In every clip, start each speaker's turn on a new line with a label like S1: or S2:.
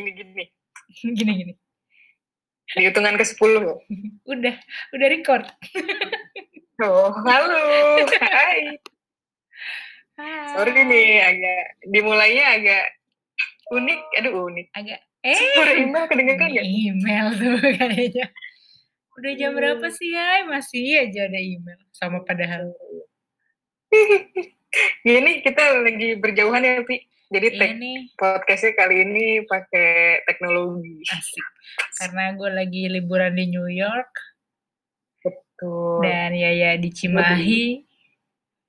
S1: Gini-gini.
S2: Gini gini.
S1: Di hitungan ke-10 loh.
S2: Udah, udah record.
S1: Oh, halo. Hai.
S2: Hai.
S1: Sorry nih agak dimulainya agak unik. Aduh unik.
S2: Agak
S1: Suara
S2: eh
S1: Imbah kedengeran nggak?
S2: email tuh kayaknya. Udah jam
S1: Hmm.
S2: berapa sih, Hai? Masih aja ada email. Sama padahal.
S1: Gini Ya kita lagi berjauhan ya, Pi. Jadi
S2: Iya
S1: tek
S2: nih,
S1: podcastnya kali ini pakai teknologi.
S2: asik. Karena gue lagi liburan di New York
S1: Tuh.
S2: dan Yaya di Cimahi.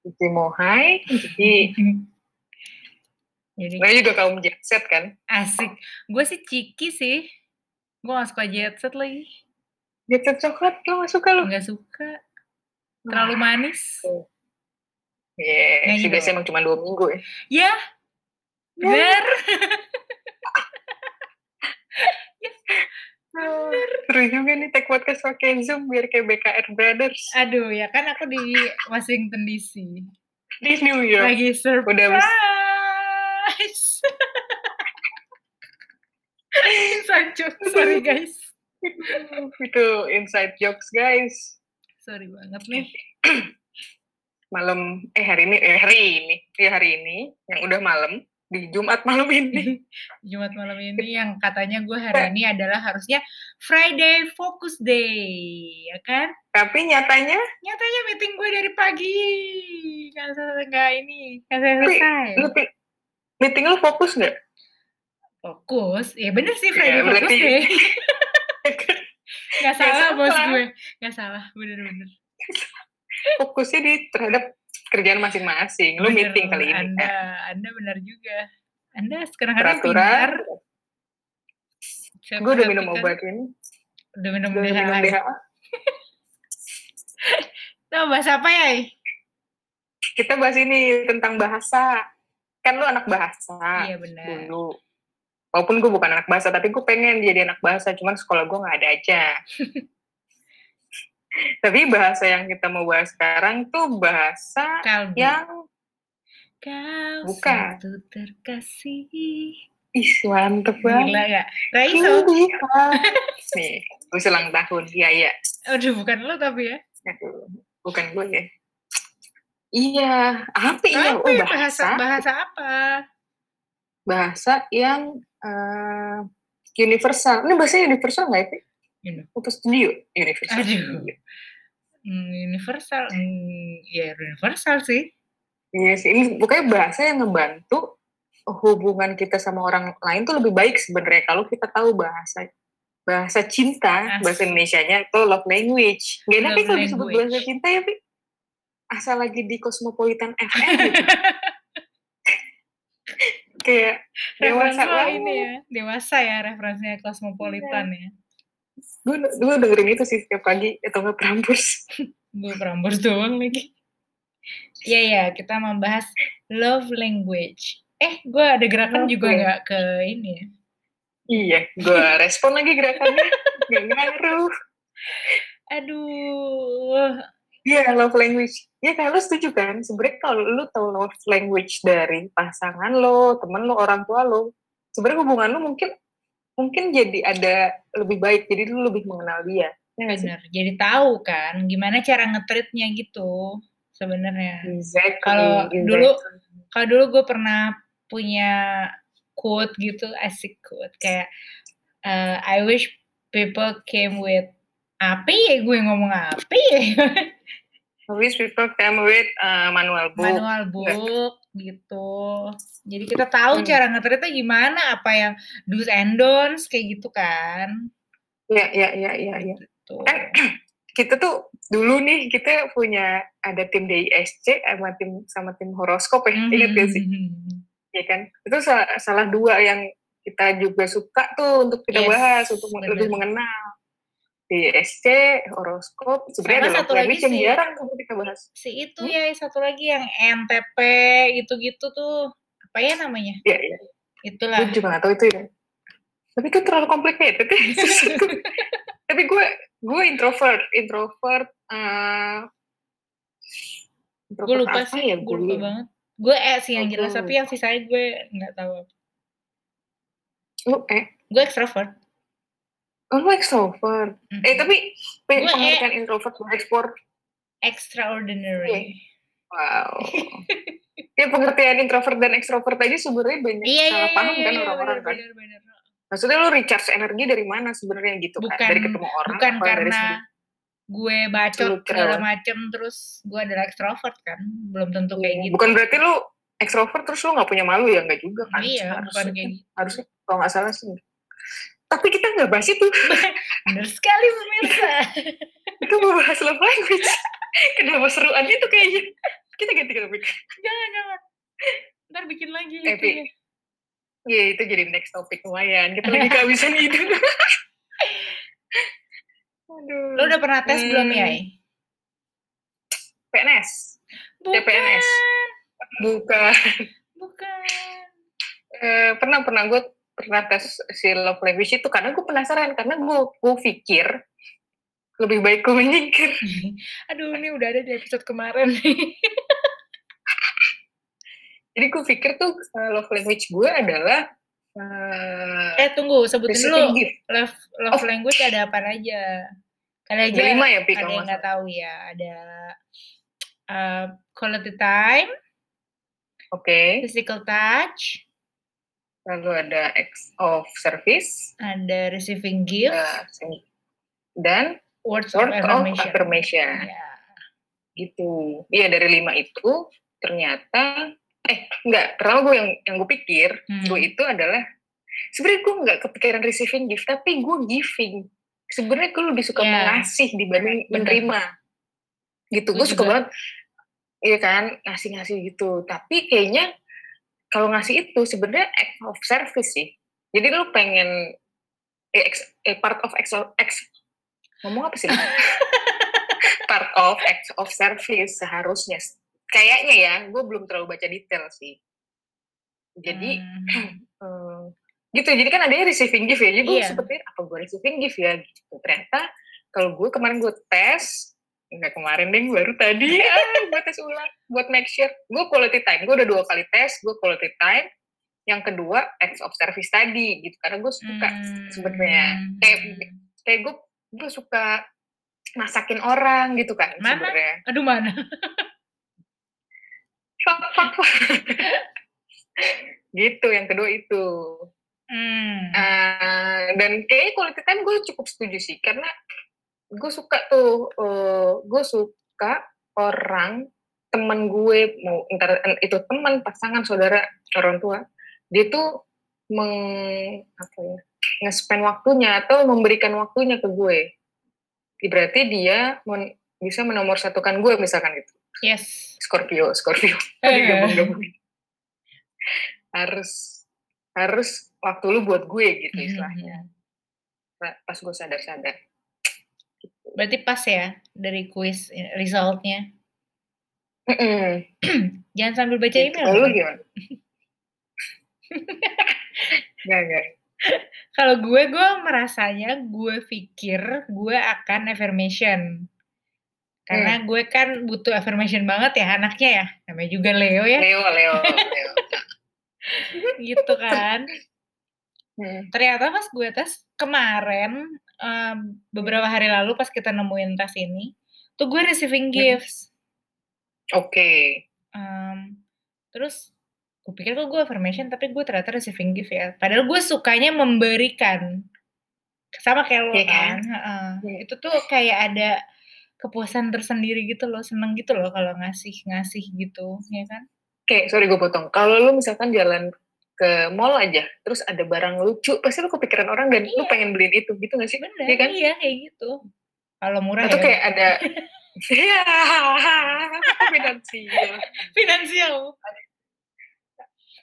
S1: Cici Mohai. Cici.
S2: Jadi
S1: Nah, juga kaum jet set kan?
S2: asik. Gue sih ciki sih. Gue gak suka jet set lagi.
S1: Jet set coklat lo gak suka lo?
S2: Gak suka. Terlalu manis.
S1: Iya,
S2: Nyanyi
S1: sih
S2: dong.
S1: biasanya emang cuma dua minggu ya.
S2: Ya, bener.
S1: Seru juga nih take podcast pakai Zoom biar kayak BKR Brothers
S2: Aduh, ya kan aku di Washington DC.
S1: di New York.
S2: Lagi surprise.
S1: Udah habis.
S2: Inside joke, sorry guys. Kan.
S1: Itu inside jokes guys.
S2: Sorry banget nih.
S1: Malam eh hari ini eh hari ini ya hari ini yang udah malam di Jumat malam ini.
S2: Jumat malam ini yang katanya gue
S1: Iya.
S2: hari ini adalah harusnya Friday Focus Day, ya kan?
S1: Tapi nyatanya
S2: Nyatanya meeting gue dari pagi. Nggak selesai, nggak ini, nggak
S1: Tapi,
S2: selesai.
S1: lu pi- meeting lu fokus nggak?
S2: Fokus, ya bener sih
S1: Iya,
S2: Friday Focus
S1: berarti-
S2: Day. Nggak
S1: Nggak
S2: salah bos
S1: salah.
S2: gue, nggak salah, bener-bener.
S1: Fokusnya di terhadap kerjaan masing-masing. Lu
S2: Bener,
S1: meeting kali ini
S2: Anda,
S1: kan.
S2: Anda benar juga. Anda sekarang kadang pintar.
S1: Peraturan. Gue Eh, udah minum obat ini.
S2: Udah minum
S1: Udah minum
S2: obat.
S1: DHA.
S2: Tahu bahasa apa ya?
S1: Kita bahas ini tentang bahasa. Kan lu anak bahasa.
S2: Iya benar.
S1: dulu. Walaupun gue bukan anak bahasa, tapi gue pengen jadi anak bahasa, cuman sekolah gue nggak ada aja. tapi bahasa yang kita mau bahas sekarang tuh bahasa
S2: Kalbu.
S1: yang
S2: Kau
S1: Bukan.
S2: satu terkasih.
S1: ih mantep
S2: Gila Nah,
S1: banget.
S2: gak? Raiso.
S1: Gila. Nih, gue ulang tahun, iya iya.
S2: Aduh bukan lo tapi ya.
S1: Aduh, Bukan gue ya. Iya, apa iya?
S2: Apa
S1: Oh,
S2: ya, bahasa
S1: bahasa,
S2: bahasa apa?
S1: bahasa yang eh, universal. Ini bahasa universal nggak itu?
S2: Ini.
S1: Untuk studio, universal.
S2: Aduh. Hmm, universal. Hmm, ya universal sih.
S1: Iya sih, ini pokoknya bahasa yang ngebantu hubungan kita sama orang lain tuh lebih baik sebenarnya kalau kita tahu bahasa bahasa cinta,
S2: Asik.
S1: bahasa Indonesianya itu love language. Gak enak
S2: Love
S1: ya kalau disebut
S2: language.
S1: bahasa cinta ya, Pi? Asal lagi di Cosmopolitan FM gitu. Kayak dewasa Iya.
S2: Referensi
S1: banget.
S2: ini ya. Dewasa ya referensinya kosmopolitan ya.
S1: Gue, gue dengerin itu sih setiap pagi, atau nggak Prambors.
S2: Gue perambors doang lagi. Iya ya, kita membahas love language. Eh, gue ada gerakan
S1: Love
S2: juga
S1: language.
S2: nggak ke ini ya?
S1: Iya, gue respon lagi gerakannya. gak ngaruh.
S2: Aduh,
S1: Iya, love language. Iya kan, lu setuju kan? Sebenernya kalau lu tahu love language dari pasangan lo, temen lo, orang tua lo, sebenarnya hubungan lo mungkin mungkin jadi ada lebih baik, jadi lu lebih mengenal dia. Ya nggak sih?
S2: bener. Jadi tahu kan gimana cara ngetritnya gitu sebenarnya.
S1: Exactly,
S2: Kalau
S1: exactly.
S2: dulu Kalau dulu gue pernah punya quote gitu, asik quote kayak eh, I wish people came with apa ya gue ngomong apa ya
S1: Always prefer come with uh, manual book.
S2: manual book gitu. Jadi kita tahu
S1: Hmm.
S2: cara ngetritnya gimana, apa yang do's and don'ts kayak gitu kan.
S1: Iya, iya, iya, iya. Ya.
S2: Tuh.
S1: Kan Kita tuh dulu nih, kita punya ada tim DISC sama tim sama tim horoskop ya, ingat
S2: Mhm.
S1: gak sih?
S2: Mm-hmm.
S1: ya kan itu sa- salah dua yang kita juga suka tuh untuk kita
S2: Yes,
S1: bahas untuk men-
S2: bener.
S1: lebih mengenal DSC horoskop
S2: Sama
S1: sebenarnya ada satu
S2: satu lagi
S1: lagi yang
S2: sih.
S1: jarang tuh kita bahas
S2: Si itu
S1: Hmm?
S2: ya satu lagi yang NTP gitu-gitu tuh. Apa ya namanya?
S1: ya ya gue
S2: Itulah.
S1: juga nggak tahu itu ya tapi itu terlalu complicated tapi gue gue introvert introvert eh
S2: Gue
S1: introvert
S2: lupa
S1: apa
S2: sih,
S1: ya
S2: gue lupa
S1: gue
S2: banget. Gue E sih yang jelas,
S1: Aduh.
S2: tapi yang sisanya gue nggak tahu. apa.
S1: lu eh
S2: gue extrovert
S1: oh, lu extrovert
S2: Mm.
S1: eh tapi pe-
S2: Gue eh.
S1: pengertian introvert sama ekspor
S2: extraordinary
S1: wow ya pengertian introvert dan ekstrovert aja sebenarnya banyak
S2: iya iya
S1: salah
S2: iya
S1: paham
S2: iya
S1: kan
S2: iya,
S1: orang-orang kan
S2: bener, bener, bener.
S1: maksudnya lu recharge energi dari mana sebenarnya gitu
S2: Bukan-
S1: kan dari ketemu orang
S2: bukan
S1: apa dari
S2: karena
S1: sendiri?
S2: gue bacot
S1: Lu
S2: segala
S1: keren.
S2: macem terus gue adalah extrovert kan belum tentu kayak gitu
S1: bukan berarti lu ekstrovert terus lu nggak punya malu ya nggak juga kan
S2: iya bukan
S1: harusnya,
S2: kayak gitu
S1: harusnya kalau nggak salah sih tapi kita nggak bahas itu
S2: bener sekali pemirsa
S1: kita mau bahas love language kenapa seruannya tuh kayaknya kita ganti topik
S2: jangan jangan ntar bikin lagi
S1: Eh, Pi.
S2: itunya.
S1: ya itu jadi next topik lumayan kita lagi kehabisan ide aduh
S2: lo udah pernah tes belum
S1: Hmm.
S2: ya
S1: PNS
S2: bukan
S1: TPNS. bukan
S2: bukan
S1: Eh, pernah pernah gue pernah tes si love language itu karena gue penasaran karena gue gue pikir lebih baik gue menyingkir
S2: aduh ini udah ada di episode kemarin
S1: jadi gue pikir tuh eh, love language gue adalah eh,
S2: eh tunggu sebutin
S1: receiving
S2: dulu
S1: gift
S2: love love
S1: Oh.
S2: language ada apa aja kali aja
S1: Ada lima ya Pi,
S2: ada
S1: kalau
S2: yang
S1: nggak
S2: nggak tahu ya ada uh, quality time
S1: salah. oke
S2: physical touch
S1: lalu ada acts of service
S2: ada receiving gift
S1: eh, sen- dan
S2: words of
S1: word of
S2: affirmation,
S1: affirmation
S2: Ya.
S1: gitu iya dari lima itu ternyata eh enggak pertama gue yang yang gue pikir
S2: Hmm.
S1: gue itu adalah sebenarnya gue nggak kepikiran receiving gift tapi gue giving sebenarnya gue lebih suka
S2: Ya.
S1: mengasih dibanding
S2: Bener.
S1: menerima gitu
S2: Gue
S1: gue suka
S2: juga.
S1: banget iya kan ngasih ngasih gitu tapi kayaknya kalau ngasih itu sebenarnya act of service sih jadi lu pengen eh, ex- eh, part of ex, ex- ngomong apa sih part of acts of service seharusnya kayaknya ya gue belum terlalu baca detail sih jadi
S2: Hmm.
S1: Hmm, gitu jadi kan adanya receiving gift ya jadi gue
S2: Iya.
S1: seperti apa gue receiving gift ya gitu ternyata kalau gue kemarin gue tes nggak kemarin deh baru tadi ah, gue tes ulang buat make sure gue quality time gue udah dua kali tes gue quality time yang kedua acts of service tadi gitu karena gue suka
S2: Hmm.
S1: sebenarnya Kayak- kayak gue gue suka masakin orang gitu kan
S2: Mana?
S1: sebenarnya
S2: aduh mana
S1: Fuck, fuck, fuck. gitu yang kedua itu
S2: Hmm.
S1: Ah, dan kayaknya quality time gue cukup setuju sih karena gue suka tuh eh, gue suka orang teman gue mau entar en- itu teman pasangan saudara orang tua dia tuh meng apa ya nge-spend waktunya atau memberikan waktunya ke gue berarti dia men- bisa menomorsatukan gue misalkan gitu
S2: yes
S1: Scorpio Scorpio
S2: Eh.
S1: Tadi gabung-gabungin. harus harus waktu lu buat gue gitu
S2: Hmm.
S1: istilahnya Nah, pas gue sadar-sadar
S2: berarti pas ya dari quiz resultnya
S1: Mm-mm.
S2: jangan sambil baca
S1: Gitu.
S2: email
S1: Kalau lu
S2: dong.
S1: gimana Nggak, nggak.
S2: kalau gue gue merasanya gue pikir gue akan affirmation karena
S1: Hmm.
S2: gue kan butuh affirmation banget ya anaknya ya namanya juga Leo ya
S1: Leo Leo Leo
S2: gitu kan
S1: Hmm.
S2: ternyata pas gue tes kemarin em, beberapa hari lalu pas kita nemuin tas ini tuh gue
S1: Hmm.
S2: receiving gifts
S1: oke
S2: Em, terus gue pikir kok gue affirmation tapi gue ternyata receiving gift ya padahal gue sukanya memberikan sama kayak lo
S1: Iya
S2: kan
S1: kan?
S2: heeh.
S1: Iya.
S2: itu tuh kayak ada kepuasan tersendiri gitu loh seneng gitu loh kalau ngasih ngasih gitu ya kan
S1: oke sorry gue potong kalau lu misalkan jalan ke mall aja terus ada barang lucu pasti lu kepikiran orang dan lu
S2: Iya.
S1: pengen beliin itu gitu gak sih
S2: bener
S1: Iya kan?
S2: iya kayak gitu kalau murah
S1: atau
S2: ya
S1: kayak ada ya finansial
S2: finansial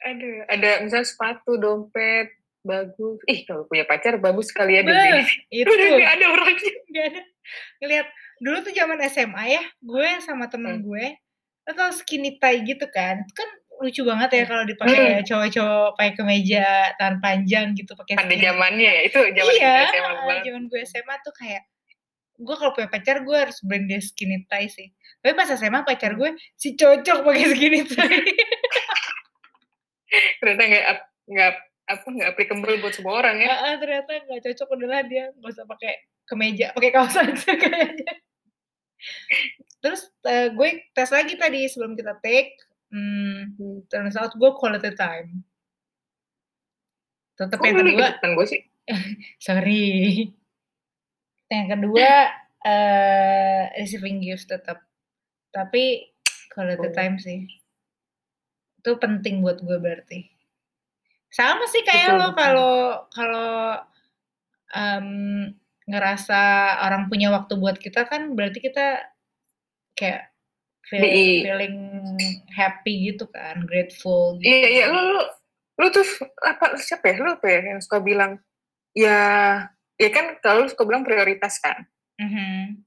S1: ada ada misalnya sepatu dompet bagus ih kalau punya pacar bagus sekali ya
S2: Beuh,
S1: dibeli
S2: itu
S1: udah nggak ada orangnya
S2: nggak ada ngelihat dulu tuh zaman SMA ya gue sama temen
S1: Hmm.
S2: gue lo tau skinny tie gitu kan itu kan lucu banget
S1: Hmm.
S2: ya kalau dipakai cowok-cowok pakai kemeja tangan panjang gitu pakai
S1: pada
S2: skinny.
S1: zamannya ya itu zaman
S2: iya
S1: kita SMA banget
S2: zaman gue SMA tuh kayak gue kalau punya pacar gue harus beliin dia skinny tie sih tapi pas SMA pacar gue si cocok pakai skinny tie
S1: ternyata nggak up- nggak apa nggak applicable buat semua orang ya
S2: Ah, ah, ternyata nggak cocok udahlah dia nggak usah pakai kemeja pakai kaos aja kayaknya terus eh, gue tes lagi tadi sebelum kita take hmm, turns out gue quality time tetap
S1: kok
S2: yang
S1: Oh, lu di
S2: kedua
S1: depan gue sih
S2: sorry Nah, yang kedua eh receiving gifts tetap tapi quality
S1: Oh.
S2: time sih itu penting buat gue berarti sama sih kayak
S1: Betul,
S2: lo
S1: betul.
S2: kalau kalau em, ngerasa orang punya waktu buat kita kan berarti kita kayak feel-
S1: Di-
S2: feeling happy gitu kan grateful gitu.
S1: iya iya lu lu lu tuh apa siapa ya lu apa ya yang suka bilang ya ya kan kalau lu suka bilang prioritas kan
S2: Mhm.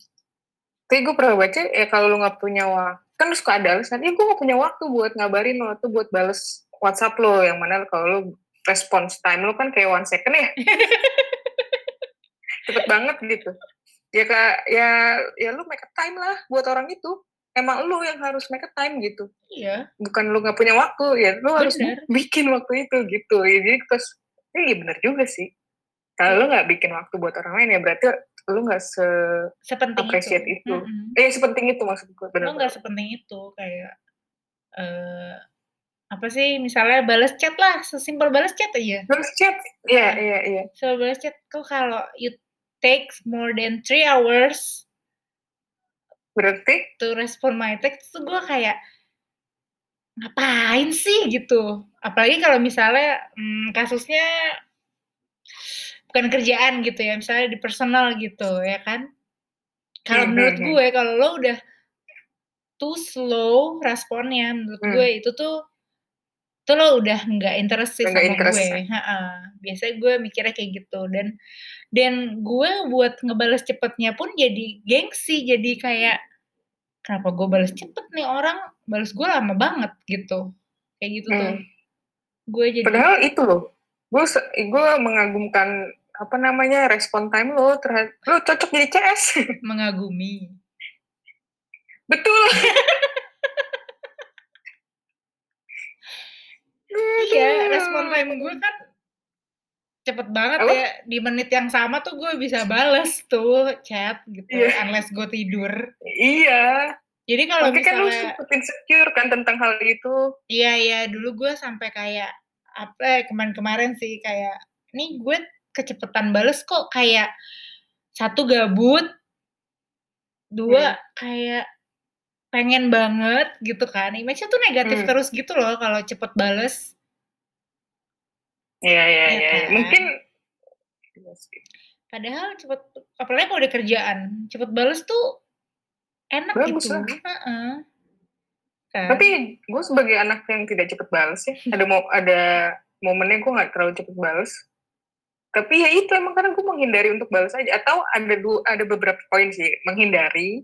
S1: Tapi gue pernah baca ya kalau lu nggak punya waktu, kan lu suka ada alasan, ya gue nggak punya waktu buat ngabarin lo tuh buat bales WhatsApp lo yang mana kalau lu response time lu kan kayak one second ya, cepet banget gitu. Ya kak, ya ya lu make a time lah buat orang itu. Emang lu yang harus make a time gitu,
S2: iya
S1: bukan lu nggak punya waktu ya, lu harus
S2: Bener.
S1: bikin waktu itu gitu. Ya, jadi pas, "Eh, iya bener juga sih. Kalau lu nggak bikin waktu buat orang lain ya berarti lu nggak se
S2: sepenting
S1: Appreciate itu.
S2: Mhm.
S1: Eh sepenting itu maksud gue
S2: lo
S1: benar.
S2: nggak sepenting itu kayak eh apa sih misalnya balas chat lah sesimpel balas chat aja
S1: Terus chat, iya
S2: Hmm.
S1: iya iya.
S2: so balas chat kok kalau you takes more than three hours
S1: Berarti
S2: to respond my text tuh gue kayak ngapain sih gitu apalagi kalau misalnya mm, kasusnya bukan kerjaan gitu ya misalnya di personal gitu ya kan kalau
S1: Mhm,
S2: menurut
S1: mhm.
S2: gue kalau lo udah too slow responnya menurut
S1: Hmm.
S2: gue itu tuh tuh lo udah nggak interest sih
S1: Udah nggak
S2: sama
S1: interest,
S2: gue Ha-ha. biasanya gue mikirnya kayak gitu dan dan gue buat ngebales cepetnya pun jadi gengsi jadi kayak kenapa gue balas cepet nih orang balas gue lama banget gitu kayak gitu tuh
S1: Hmm.
S2: gue jadi
S1: padahal itu loh. Gue se- gue mengagumkan apa namanya respon time lo terhadap lo cocok jadi CS.
S2: mengagumi
S1: Betul.
S2: iya respon time gue kan cepet banget
S1: Apa?
S2: ya di menit yang sama tuh gue bisa balas tuh chat gitu
S1: Iya.
S2: unless gue tidur
S1: Iya.
S2: jadi kalau
S1: Makanya kan lu
S2: misalnya
S1: sempet insecure kan tentang hal itu.
S2: Iya iya dulu gue sampai kayak apa eh, kemarin-kemarin sih kayak nih gue kecepetan bales kok kayak satu gabut dua
S1: Hmm.
S2: kayak pengen banget gitu kan image-nya tuh negatif
S1: Hmm.
S2: terus gitu loh kalau cepet bales
S1: Iya iya
S2: Iya
S1: iya.
S2: kan?
S1: Mungkin
S2: padahal cepet apalagi kalau udah kerjaan cepet bales tuh enak
S1: Bagus
S2: gitu
S1: lah.
S2: Heeh. Kan?
S1: tapi gue sebagai anak yang tidak cepet balas ya
S2: Hmm.
S1: ada mau ada momennya gue nggak terlalu cepet balas tapi ya itu emang karena gue menghindari untuk balas aja atau ada du- ada beberapa poin sih menghindari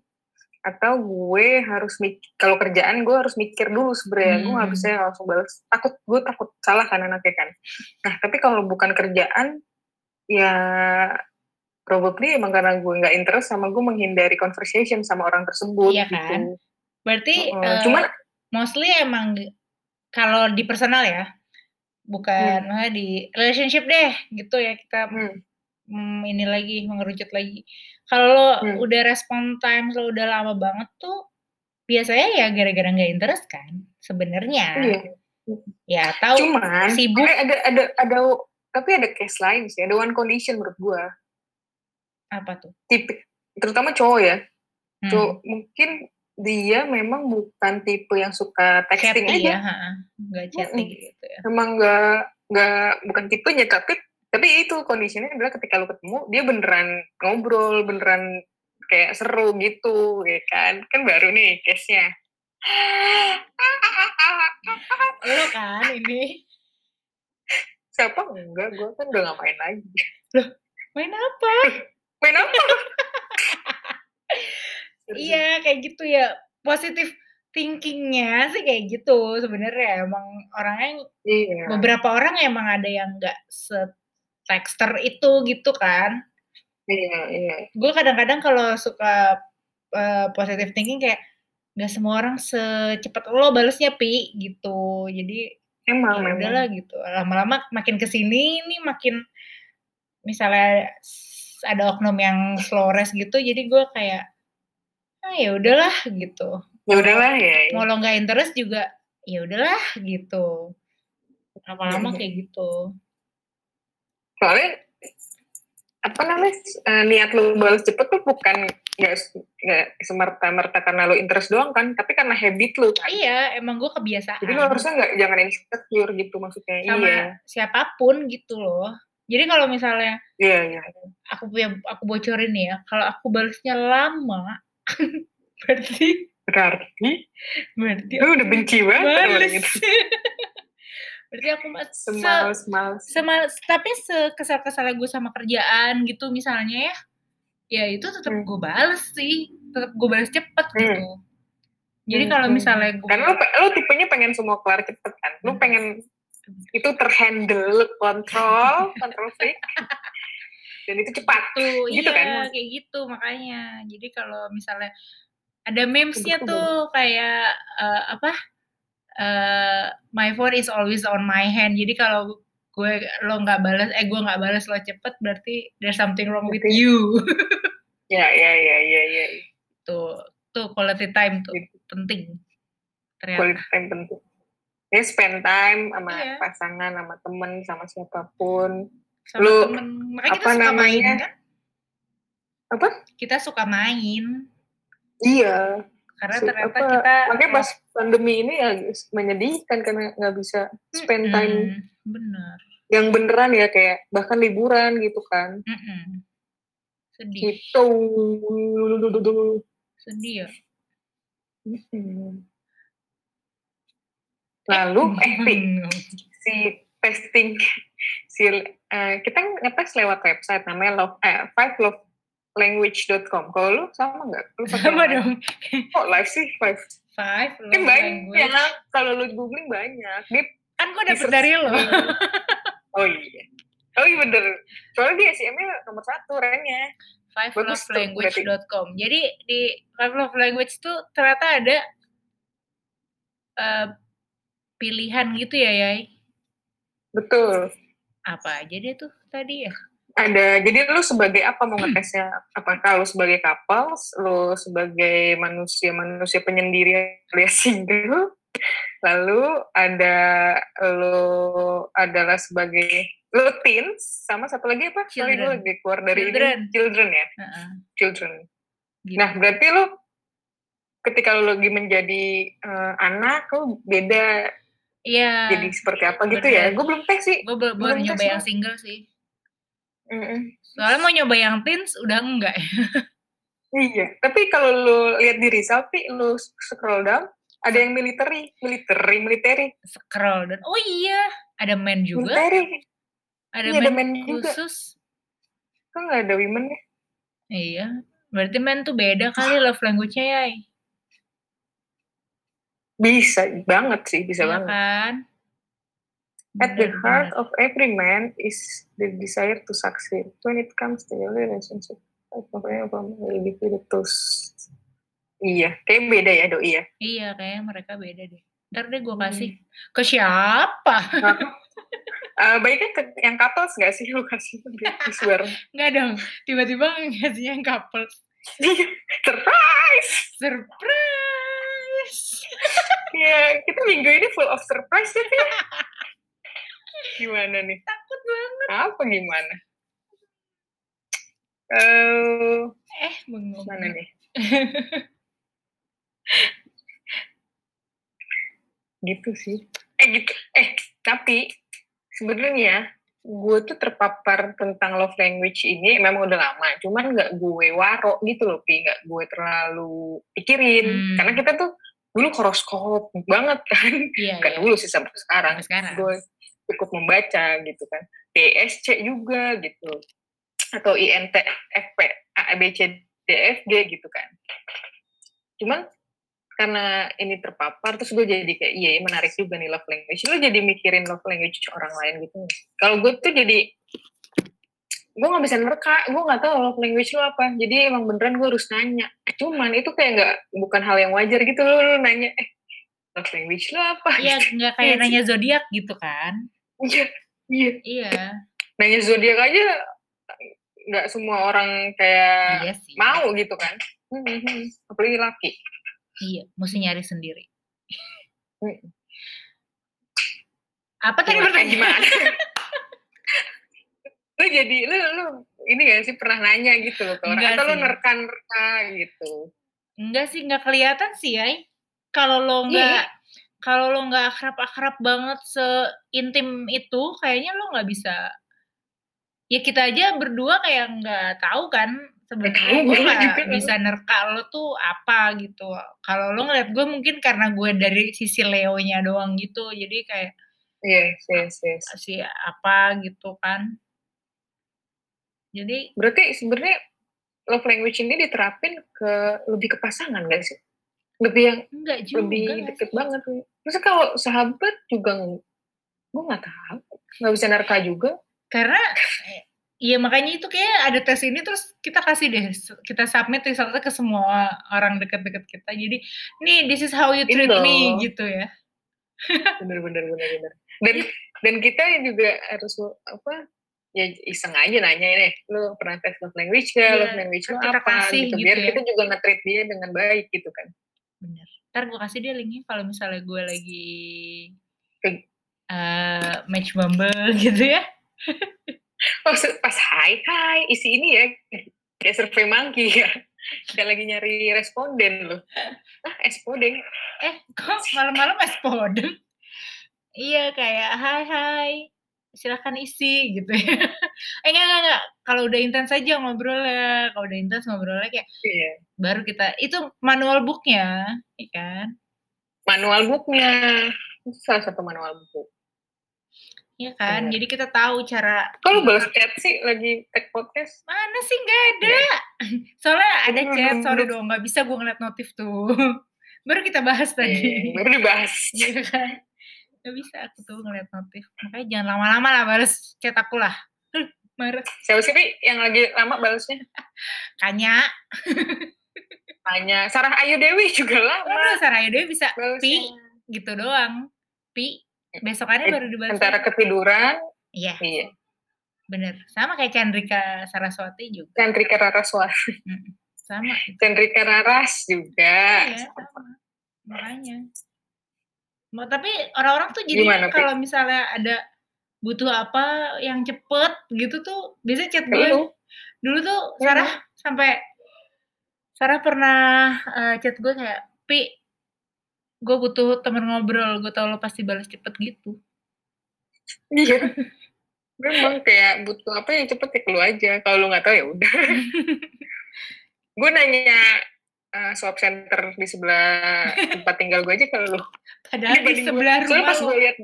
S1: atau gue harus mik kalau kerjaan gue harus mikir dulu sebenarnya gue nggak
S2: Hmm.
S1: bisa langsung balas takut gue takut salah kan anaknya kan nah tapi kalau bukan kerjaan ya probably emang karena gue nggak interest sama gue menghindari conversation sama orang tersebut
S2: Iya
S1: gitu.
S2: kan? berarti
S1: Heeh.
S2: eh,
S1: cuman
S2: mostly emang g- kalau di personal ya
S1: Iya.
S2: bukan malah di relationship deh gitu ya kita
S1: hmm.
S2: mm, ini lagi mengerucut lagi kalau lo
S1: Hmm.
S2: udah respon time lo udah lama banget tuh biasanya ya gara-gara nggak interest kan sebenarnya
S1: Iya.
S2: ya tahu
S1: Cuman
S2: sibuk.
S1: eh, ada ada ada tapi ada case lain sih, ada one condition menurut gua.
S2: apa tuh
S1: Tipe terutama cowok ya.
S2: Hmm,
S1: Cowok mungkin dia memang bukan tipe yang suka texting
S2: chatty
S1: aja.
S2: ya ha-ha. nggak chatting gitu ya
S1: Emang nggak nggak bukan tipenya tapi tapi ya itu kondisinya adalah ketika lu ketemu dia beneran ngobrol, beneran kayak seru gitu, ya kan? Kan baru nih case-nya.
S2: lo kan ini
S1: Siapa enggak? Gue kan udah nggak main lagi.
S2: main apa
S1: Main apa?
S2: Iya kayak gitu ya positif thinkingnya sih kayak gitu sebenarnya emang orangnya
S1: Iya.
S2: beberapa orang emang ada yang nggak se-texter itu gitu kan.
S1: Iya, iya.
S2: Gue kadang-kadang kalau suka eh, positive thinking kayak nggak semua orang secepat lo balesnya pi gitu. Jadi
S1: emang
S2: ya
S1: memang
S2: udahlah gitu lama-lama makin kesini ini makin misalnya s- ada oknum yang slores gitu jadi gue kayak ah ya udahlah gitu
S1: ya udahlah ya
S2: mau lo nggak interest juga ya udahlah gitu
S1: Iya, iya.
S2: lama-lama kayak gitu
S1: soalnya apa namanya eh, niat lu balas cepet tuh bukan nggak nggak semerta merta karena lu interest doang kan tapi karena habit lu kan
S2: iya emang gue kebiasaan
S1: jadi lu harusnya nggak jangan insecure gitu maksudnya
S2: Ah. sama
S1: iya
S2: siapapun gitu loh jadi kalau misalnya
S1: iya iya
S2: aku punya aku bocorin nih ya kalau aku balasnya lama berarti
S1: berarti
S2: berarti
S1: lu udah benci banget sama orang
S2: Males.
S1: gitu.
S2: Berarti aku mas se,
S1: semalas malas
S2: semal- tapi sekesal-kesal gue sama kerjaan gitu misalnya ya. Ya itu tetap
S1: Hmm.
S2: gue bales sih, tetap gue bales cepet
S1: Hmm.
S2: gitu. Jadi
S1: Hmm,
S2: kalau
S1: hmm.
S2: misalnya gue
S1: karena lu, pe- lu tipenya pengen semua kelar cepet kan lu
S2: Hmm.
S1: pengen itu terhandle kontrol kontrol freak dan itu cepat
S2: tuh
S1: gitu
S2: iya
S1: kan?
S2: kayak gitu makanya. Jadi kalau misalnya ada memesnya
S1: Betul.
S2: tuh kayak eh, apa? eh my phone is always on my hand. Jadi kalau gue lo nggak balas, eh gue nggak balas lo cepet berarti there's something wrong with
S1: Berarti-
S2: you.
S1: ya ya ya ya ya
S2: tuh tuh quality time tuh
S1: Gitu.
S2: penting ternyata
S1: quality time penting ya spend time sama
S2: Iya.
S1: pasangan sama temen sama siapapun
S2: sama
S1: lu,
S2: temen. makanya kita
S1: apa
S2: suka main
S1: namanya?
S2: kan
S1: Apa?
S2: kita suka main
S1: iya
S2: karena
S1: Su-
S2: ternyata
S1: apa,
S2: kita
S1: makanya pas pandemi ini ya menyedihkan karena nggak bisa spend time
S2: Mm-mm, bener
S1: yang beneran ya kayak bahkan liburan gitu kan
S2: Mm-mm. sedih
S1: gitu
S2: sedih ya
S1: Hmm. lalu eh Pi,
S2: Mm.
S1: si testing si eh, kita ngetes lewat website namanya love eh, five love language.com. Kalau lu sama nggak? Lu pakai yang
S2: sama
S1: lain?
S2: dong
S1: Kok live sih five?
S2: five
S1: Kan
S2: love
S1: banyak.
S2: language.
S1: Kalau lu googling banyak. Dia
S2: kan gue dapet
S1: research
S2: dari lo
S1: sendiri. Oh iya. Oh iya bener. Soalnya dia SML nomor satu rannya.
S2: five
S1: Bagus
S2: love
S1: tuh, berarti.
S2: language.com jadi di five love language tuh ternyata ada eh, pilihan gitu ya Yai
S1: Betul.
S2: apa aja deh tuh tadi ya
S1: Ada. Jadi lu sebagai apa mau ngetesnya? Apakah lu sebagai kapal? Lu sebagai manusia-manusia penyendiri alias single? Lalu ada lu adalah sebagai lu teens sama satu lagi apa? Sorry, gue
S2: Children.
S1: lagi keluar dari
S2: Children.
S1: ini. Children ya,
S2: Heeh,
S1: children.
S2: gitu.
S1: Nah, berarti lu ketika lu lagi menjadi eh, anak, lu beda
S2: iya
S1: jadi seperti apa gitu ya?
S2: bener.
S1: Gue belum tes sih.
S2: gue baru,
S1: belum tes
S2: nyoba yang
S1: lo.
S2: single sih
S1: Mm-mm.
S2: soalnya mau nyoba yang teens udah enggak ya
S1: Iya. Tapi kalau lu lihat di result, Pi, lu scroll down, ada yang military, military, military,
S2: scroll dan oh iya ada men juga
S1: military.
S2: ada
S1: iya, ada
S2: men
S1: men juga.
S2: khusus
S1: Kok nggak ada women ya?
S2: iya berarti men tuh beda kali love language-nya ya
S1: Bisa banget sih, bisa
S2: iya
S1: banget.
S2: kan Iya
S1: At the
S2: Bener,
S1: heart
S2: bener.
S1: of every man is the desire to succeed. When it comes to the relationship, pokoknya apa lebih terus. Iya, kayak beda ya doi ya.
S2: iya kayaknya mereka beda deh ntar
S1: Hmm.
S2: deh gue kasih ke siapa
S1: Eh baiknya ke yang couples nggak sih lu kasih biar di suara?
S2: nggak dong tiba-tiba ngasih yang couple
S1: Iya, surprise
S2: surprise
S1: ya kita minggu ini full of surprise ya Pi. gimana nih
S2: takut banget
S1: apa gimana eh
S2: eh bengong
S1: mana nih gitu sih eh gitu eh tapi sebenarnya ya, gue tuh terpapar tentang love language ini memang udah lama cuman nggak gue waro gitu loh pi nggak gue terlalu pikirin
S2: Hmm.
S1: karena kita tuh dulu horoskop banget kan
S2: iya
S1: kan
S2: iya
S1: dulu sih sampai sekarang
S2: Sampai sekarang
S1: gue cukup membaca gitu kan PSC juga gitu atau INTFP ABCDFG gitu kan cuman karena ini terpapar terus gue jadi kayak iya menarik juga nih love language lu jadi mikirin love language orang lain gitu nggak? kalau gue tuh jadi gue nggak bisa nerka gue nggak tahu love language lu apa jadi emang beneran gue harus nanya cuman itu kayak nggak bukan hal yang wajar gitu lu, lu nanya eh love language lo apa?
S2: Iya, nggak kayak
S1: Iya
S2: nanya zodiak gitu kan?
S1: Iya, iya.
S2: Iya,
S1: Nanya zodiak aja nggak semua orang kayak
S2: iya sih.
S1: Eh, mau gitu kan. Mhm. Apalagi laki.
S2: Iya, mesti nyari sendiri.
S1: Mm.
S2: Apa tadi
S1: Gimana-
S2: pertanyaan?
S1: gimana? lu jadi lu lu ini gak sih pernah nanya gitu loh ke orang
S2: Nggak
S1: atau lu
S2: sih.
S1: nerka-nerka gitu.
S2: Enggak sih, nggak kelihatan sih ya. Kalau
S1: Iya,
S2: lo nggak, kalau lo nggak akrab-akrab banget seintim itu, kayaknya lo nggak bisa. Ya kita aja berdua kayak nggak tahu kan sebenarnya
S1: Nggak tahu,
S2: gue
S1: gue
S2: nggak
S1: juga.
S2: bisa nerka lo tuh apa gitu. Kalau lo ngeliat gue mungkin karena gue dari sisi Leo-nya doang gitu, jadi kayak
S1: Yes, yes, yes.
S2: si apa gitu kan. Jadi
S1: Berarti sebenarnya love language ini diterapin ke lebih ke pasangan gak sih? Lebih yang
S2: enggak juga
S1: lebih
S2: nggak
S1: deket
S2: sih?
S1: banget. Masa kalau sahabat juga gue nggak tahu, nggak bisa nerka juga.
S2: Karena eh, Iya makanya itu kayak ada tes ini terus kita kasih deh se- kita submit resultnya ke semua orang deket-deket kita jadi nih this is how you treat
S1: Gitu.
S2: me gitu ya
S1: Bener-bener bener-bener. Dan
S2: Iya.
S1: dan kita juga harus apa? Ya iseng aja nanya ini, lu pernah tes love language gak?
S2: Iya,
S1: love language lu
S2: terus kita
S1: apa?
S2: kasih
S1: gitu.
S2: gitu
S1: Biar
S2: ya.
S1: kita juga nge-treat dia dengan baik gitu kan.
S2: bener ntar gue kasih dia linknya kalau misalnya gue lagi
S1: Oke.
S2: eh, match bumble gitu ya
S1: Pas, pas hai hai isi ini ya kayak survei monkey ya. Kita lagi nyari responden loh. Ah, responden.
S2: eh kok malam-malam es podeng iya kayak hai hai silahkan isi gitu ya eh enggak enggak, enggak. kalau udah intens aja ngobrolnya kalau udah intens ngobrolnya kayak
S1: Iya.
S2: baru kita itu manual booknya ya kan
S1: Manual booknya. Itu Salah satu manual buku.
S2: Iya kan
S1: Bener.
S2: jadi kita tahu cara
S1: Kalau balas chat sih lagi tag podcast
S2: mana sih
S1: Iya.
S2: nggak ada soalnya ada
S1: Aduh,
S2: chat sorry
S1: aduh.
S2: dong nggak bisa gue ngeliat notif tuh baru kita bahas
S1: Iya,
S2: tadi
S1: baru dibahas.
S2: Iya kan nggak bisa aku tuh ngeliat notif makanya jangan lama-lama lah balas chat aku lah Huh, marah
S1: Siapa sih Pi, yang lagi lama balasnya?
S2: Kanya,
S1: Tanya Sarah Ayu Dewi juga lama
S2: aduh Saraya Dewi bisa
S1: balasnya.
S2: gitu doang. Pi, besokannya
S1: Eh,
S2: baru dibalas.
S1: Antara
S2: lagi.
S1: ketiduran,
S2: Iya,
S1: iya.
S2: bener. Sama kayak Chandrika Saraswati juga.
S1: Chandrika Raraswas,
S2: Mm, Sama.
S1: Chandrika Raras juga.
S2: Iya, sama. Makanya. Mau tapi orang-orang tuh jadi
S1: Gimana, Pi?
S2: kalau misalnya ada butuh apa yang cepet gitu tuh biasanya chat
S1: Ke lu.
S2: gue. Dulu tuh Sarah sampai Sarah pernah eh, chat gue kayak, "Pi, gue butuh temen ngobrol, gue tau lo pasti balas cepet gitu.
S1: Iya. Memang kayak butuh apa yang cepet ya ke lu aja. Kalau lu nggak tahu ya udah. gue nanya eh, swap center di sebelah tempat tinggal gue aja kalau lu
S2: Padahal di
S1: Dibanding gua.
S2: sebelah
S1: Soalnya
S2: rumah
S1: pas
S2: lo.
S1: gue lihat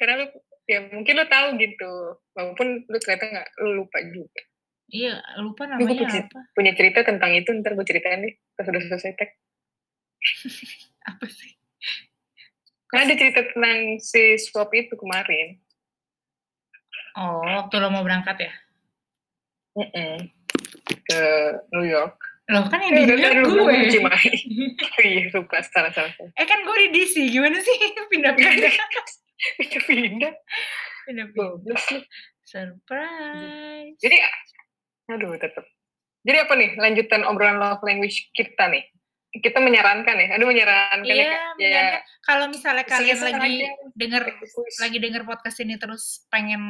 S1: karena lu ya mungkin lu tahu gitu walaupun lu ternyata nggak lu lupa juga
S2: Iya, lupa
S1: gua
S2: namanya
S1: punya-
S2: apa.
S1: punya cerita tentang itu ntar gue ceritain deh pas udah selesai tag
S2: Apa sih?
S1: karena ada cerita tentang si swap itu kemarin
S2: Oh, waktu lo mau berangkat ya?
S1: Mm-mm. ke New York
S2: Lo kan yang
S1: Eh,
S2: di
S1: udah,
S2: New York
S1: udah, udah,
S2: gue.
S1: udah, Cimahi. Oh iya lupa salah salah salah.
S2: Eh kan gue di DC, gimana sih?
S1: Iya,
S2: Pindah-pindah.
S1: Udah pindah
S2: Pindah-pindah.
S1: Goblok lu.
S2: gitu? Surprise.
S1: jadi aduh tetep jadi apa nih lanjutan obrolan love language kita nih kita menyarankan ya aduh menyarankan ya, Kak?
S2: Iya, menyenangkan. kalau misalnya kalian
S1: Iseng-iseng
S2: lagi
S1: aja.
S2: denger
S1: Bagus.
S2: lagi denger podcast ini terus pengen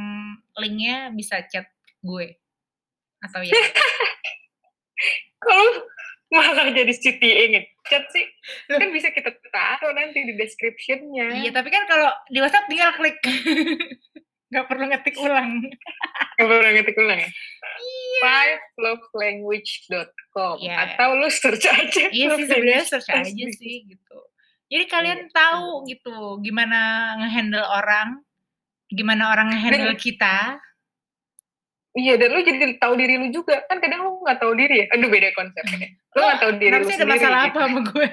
S2: linknya bisa chat gue atau ya
S1: Kalau malah jadi CTA ngechat sih,
S2: Loh.
S1: kan bisa kita taruh nanti di description-nya.
S2: iya tapi kan kalau di WhatsApp tinggal klik nggak perlu ngetik ulang
S1: Gak perlu ngetik ulang ya? fivelovelanguage.com
S2: Iya.
S1: Atau lu search aja.
S2: Iya
S1: love
S2: sih sebenarnya
S1: language
S2: search
S1: terus
S2: aja
S1: di-
S2: sih Iya, gitu. Jadi kalian tahu gitu gimana ngehandle orang, gimana orang ngehandle kita.
S1: Iya, dan lu jadi tahu diri lu juga. Kan kadang lu gak tahu diri ya. Aduh, beda konsepnya. Lu
S2: Lo
S1: gak tahu diri lu
S2: Kenapa sih ada
S1: sendiri.
S2: masalah
S1: gitu.
S2: apa sama gue?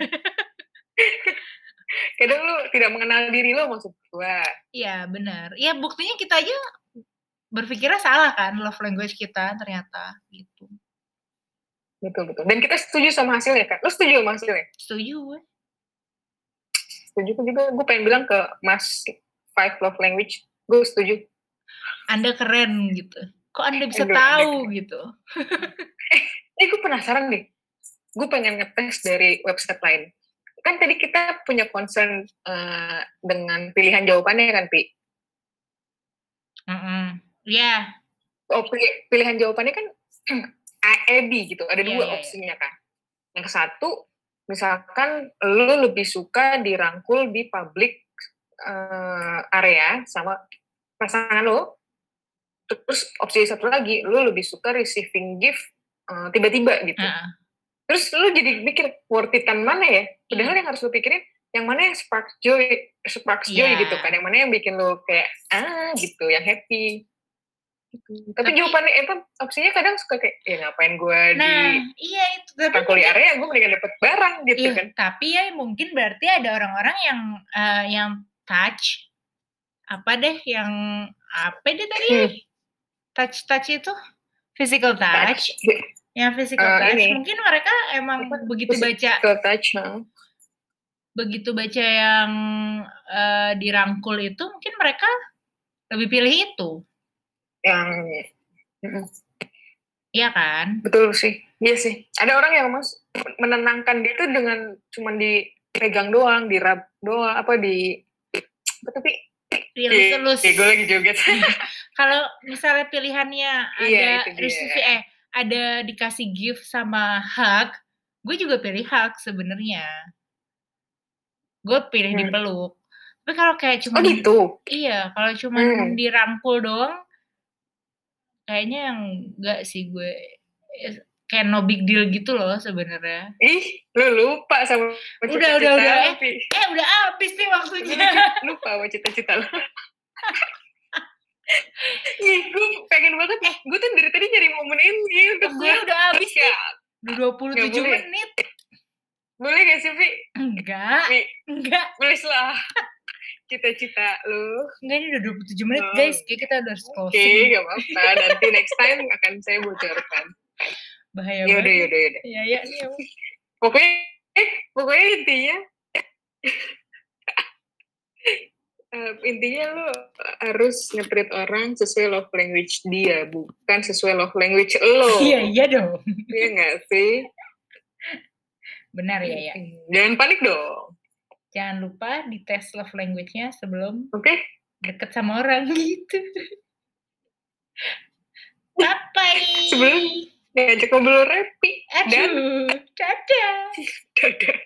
S1: Kadang lu tidak mengenal diri lu maksud gua.
S2: Iya benar. Iya buktinya kita aja berpikirnya salah kan love language kita ternyata gitu.
S1: Betul, betul. Dan kita setuju sama hasilnya, kan? Lu setuju sama hasilnya?
S2: Setuju gue.
S1: setuju juga gue pengen bilang ke mas five love language gue setuju
S2: Anda keren gitu. Kok Anda bisa
S1: Enggak,
S2: tahu gitu?
S1: eh gue penasaran nih gue pengen ngetes dari website lain kan tadi kita punya concern eh, dengan pilihan jawabannya kan pi
S2: Mm-mm. Ya,
S1: oh, pili- pilihan jawabannya kan A, E, B gitu. Ada
S2: Iya,
S1: dua
S2: iya, iya.
S1: opsinya kan. Yang satu, misalkan lu lebih suka dirangkul di public eh, area sama pasangan lu. Terus opsi satu lagi, lu lebih suka receiving gift eh, tiba-tiba gitu.
S2: Heeh.
S1: Terus lu jadi mikir worth it-an mana ya?
S2: Hmm.
S1: Padahal yang harus lu pikirin yang mana yang sparks joy, sparks
S2: Iya.
S1: joy gitu kan. Yang mana yang bikin lu kayak ah gitu, yang happy. Gitu. Tapi,
S2: Hmm, Tapi-
S1: jawabannya itu opsinya kadang suka kayak ya ngapain gue
S2: nah,
S1: di
S2: iya itu. Tapi
S1: rangkul di area gue mendingan dapet barang gitu
S2: Iya,
S1: kan.
S2: tapi ya mungkin berarti ada orang-orang yang eh, yang touch apa deh yang apa deh tadi
S1: Hmm.
S2: touch touch itu physical touch, yang physical
S1: Eh,
S2: touch
S1: ini.
S2: mungkin mereka emang
S1: Apa?
S2: begitu
S1: Physi-
S2: baca
S1: Ke touch. huh?
S2: begitu baca yang eh, dirangkul itu mungkin mereka lebih pilih itu
S1: Yang Mm,
S2: ya kan
S1: betul sih. Iya sih. Ada orang yang mas menenangkan dia tuh dengan cuman dipegang doang, dirab doang, apa di apa tapi Iya,
S2: Pilih tulus.
S1: gue lagi joget.
S2: kalau misalnya pilihannya ada
S1: Iya, itu dia.
S2: receive eh ada dikasih gift sama hak gue juga pilih hak sebenarnya gue pilih
S1: Hmm.
S2: dipeluk tapi kalau kayak
S1: Oh
S2: cuma
S1: gitu.
S2: iya kalau cuma
S1: Hmm.
S2: dirangkul doang kayaknya yang enggak sih gue Eh, kayak no big deal gitu loh sebenarnya
S1: Ih, lu lupa sama
S2: Udah, udah,
S1: cita-cita
S2: udah.
S1: lu, Pi.
S2: eh udah habis nih waktunya
S1: Lupa sama cita-cita lu. Ih, gue pengen banget. Eh, gue tuh dari tadi nyari momen ini untuk
S2: gue
S1: gue.
S2: udah habis
S1: Ya,
S2: nih udah
S1: Nggak
S2: 27
S1: boleh.
S2: menit
S1: boleh gak sih, Pi?
S2: enggak
S1: Nih.
S2: enggak
S1: Tulis lah cita-cita lu.
S2: enggak ini udah 27 menit
S1: Wow.
S2: guys kayak kita harus
S1: Nah. Oke,
S2: closing
S1: gak apa-apa. Nanti next time akan saya bocorkan.
S2: bahaya
S1: Yaudah,
S2: banget.
S1: yaudah, yaudah.
S2: Iya, iya, iya.
S1: Pokoknya, eh, pokoknya intinya, Eh, intinya lu harus nge-treat orang sesuai love language dia, bukan sesuai love language lo.
S2: Iya, iya dong.
S1: Iya nggak sih?
S2: Benar ya, ya.
S1: Jangan panik dong.
S2: Jangan lupa dites love language-nya sebelum
S1: Oke?
S2: deket sama orang gitu. Bye-bye.
S1: Sebelum- Ngajak ngobrol repi. Dan
S2: Aduh, dadah.
S1: dadah.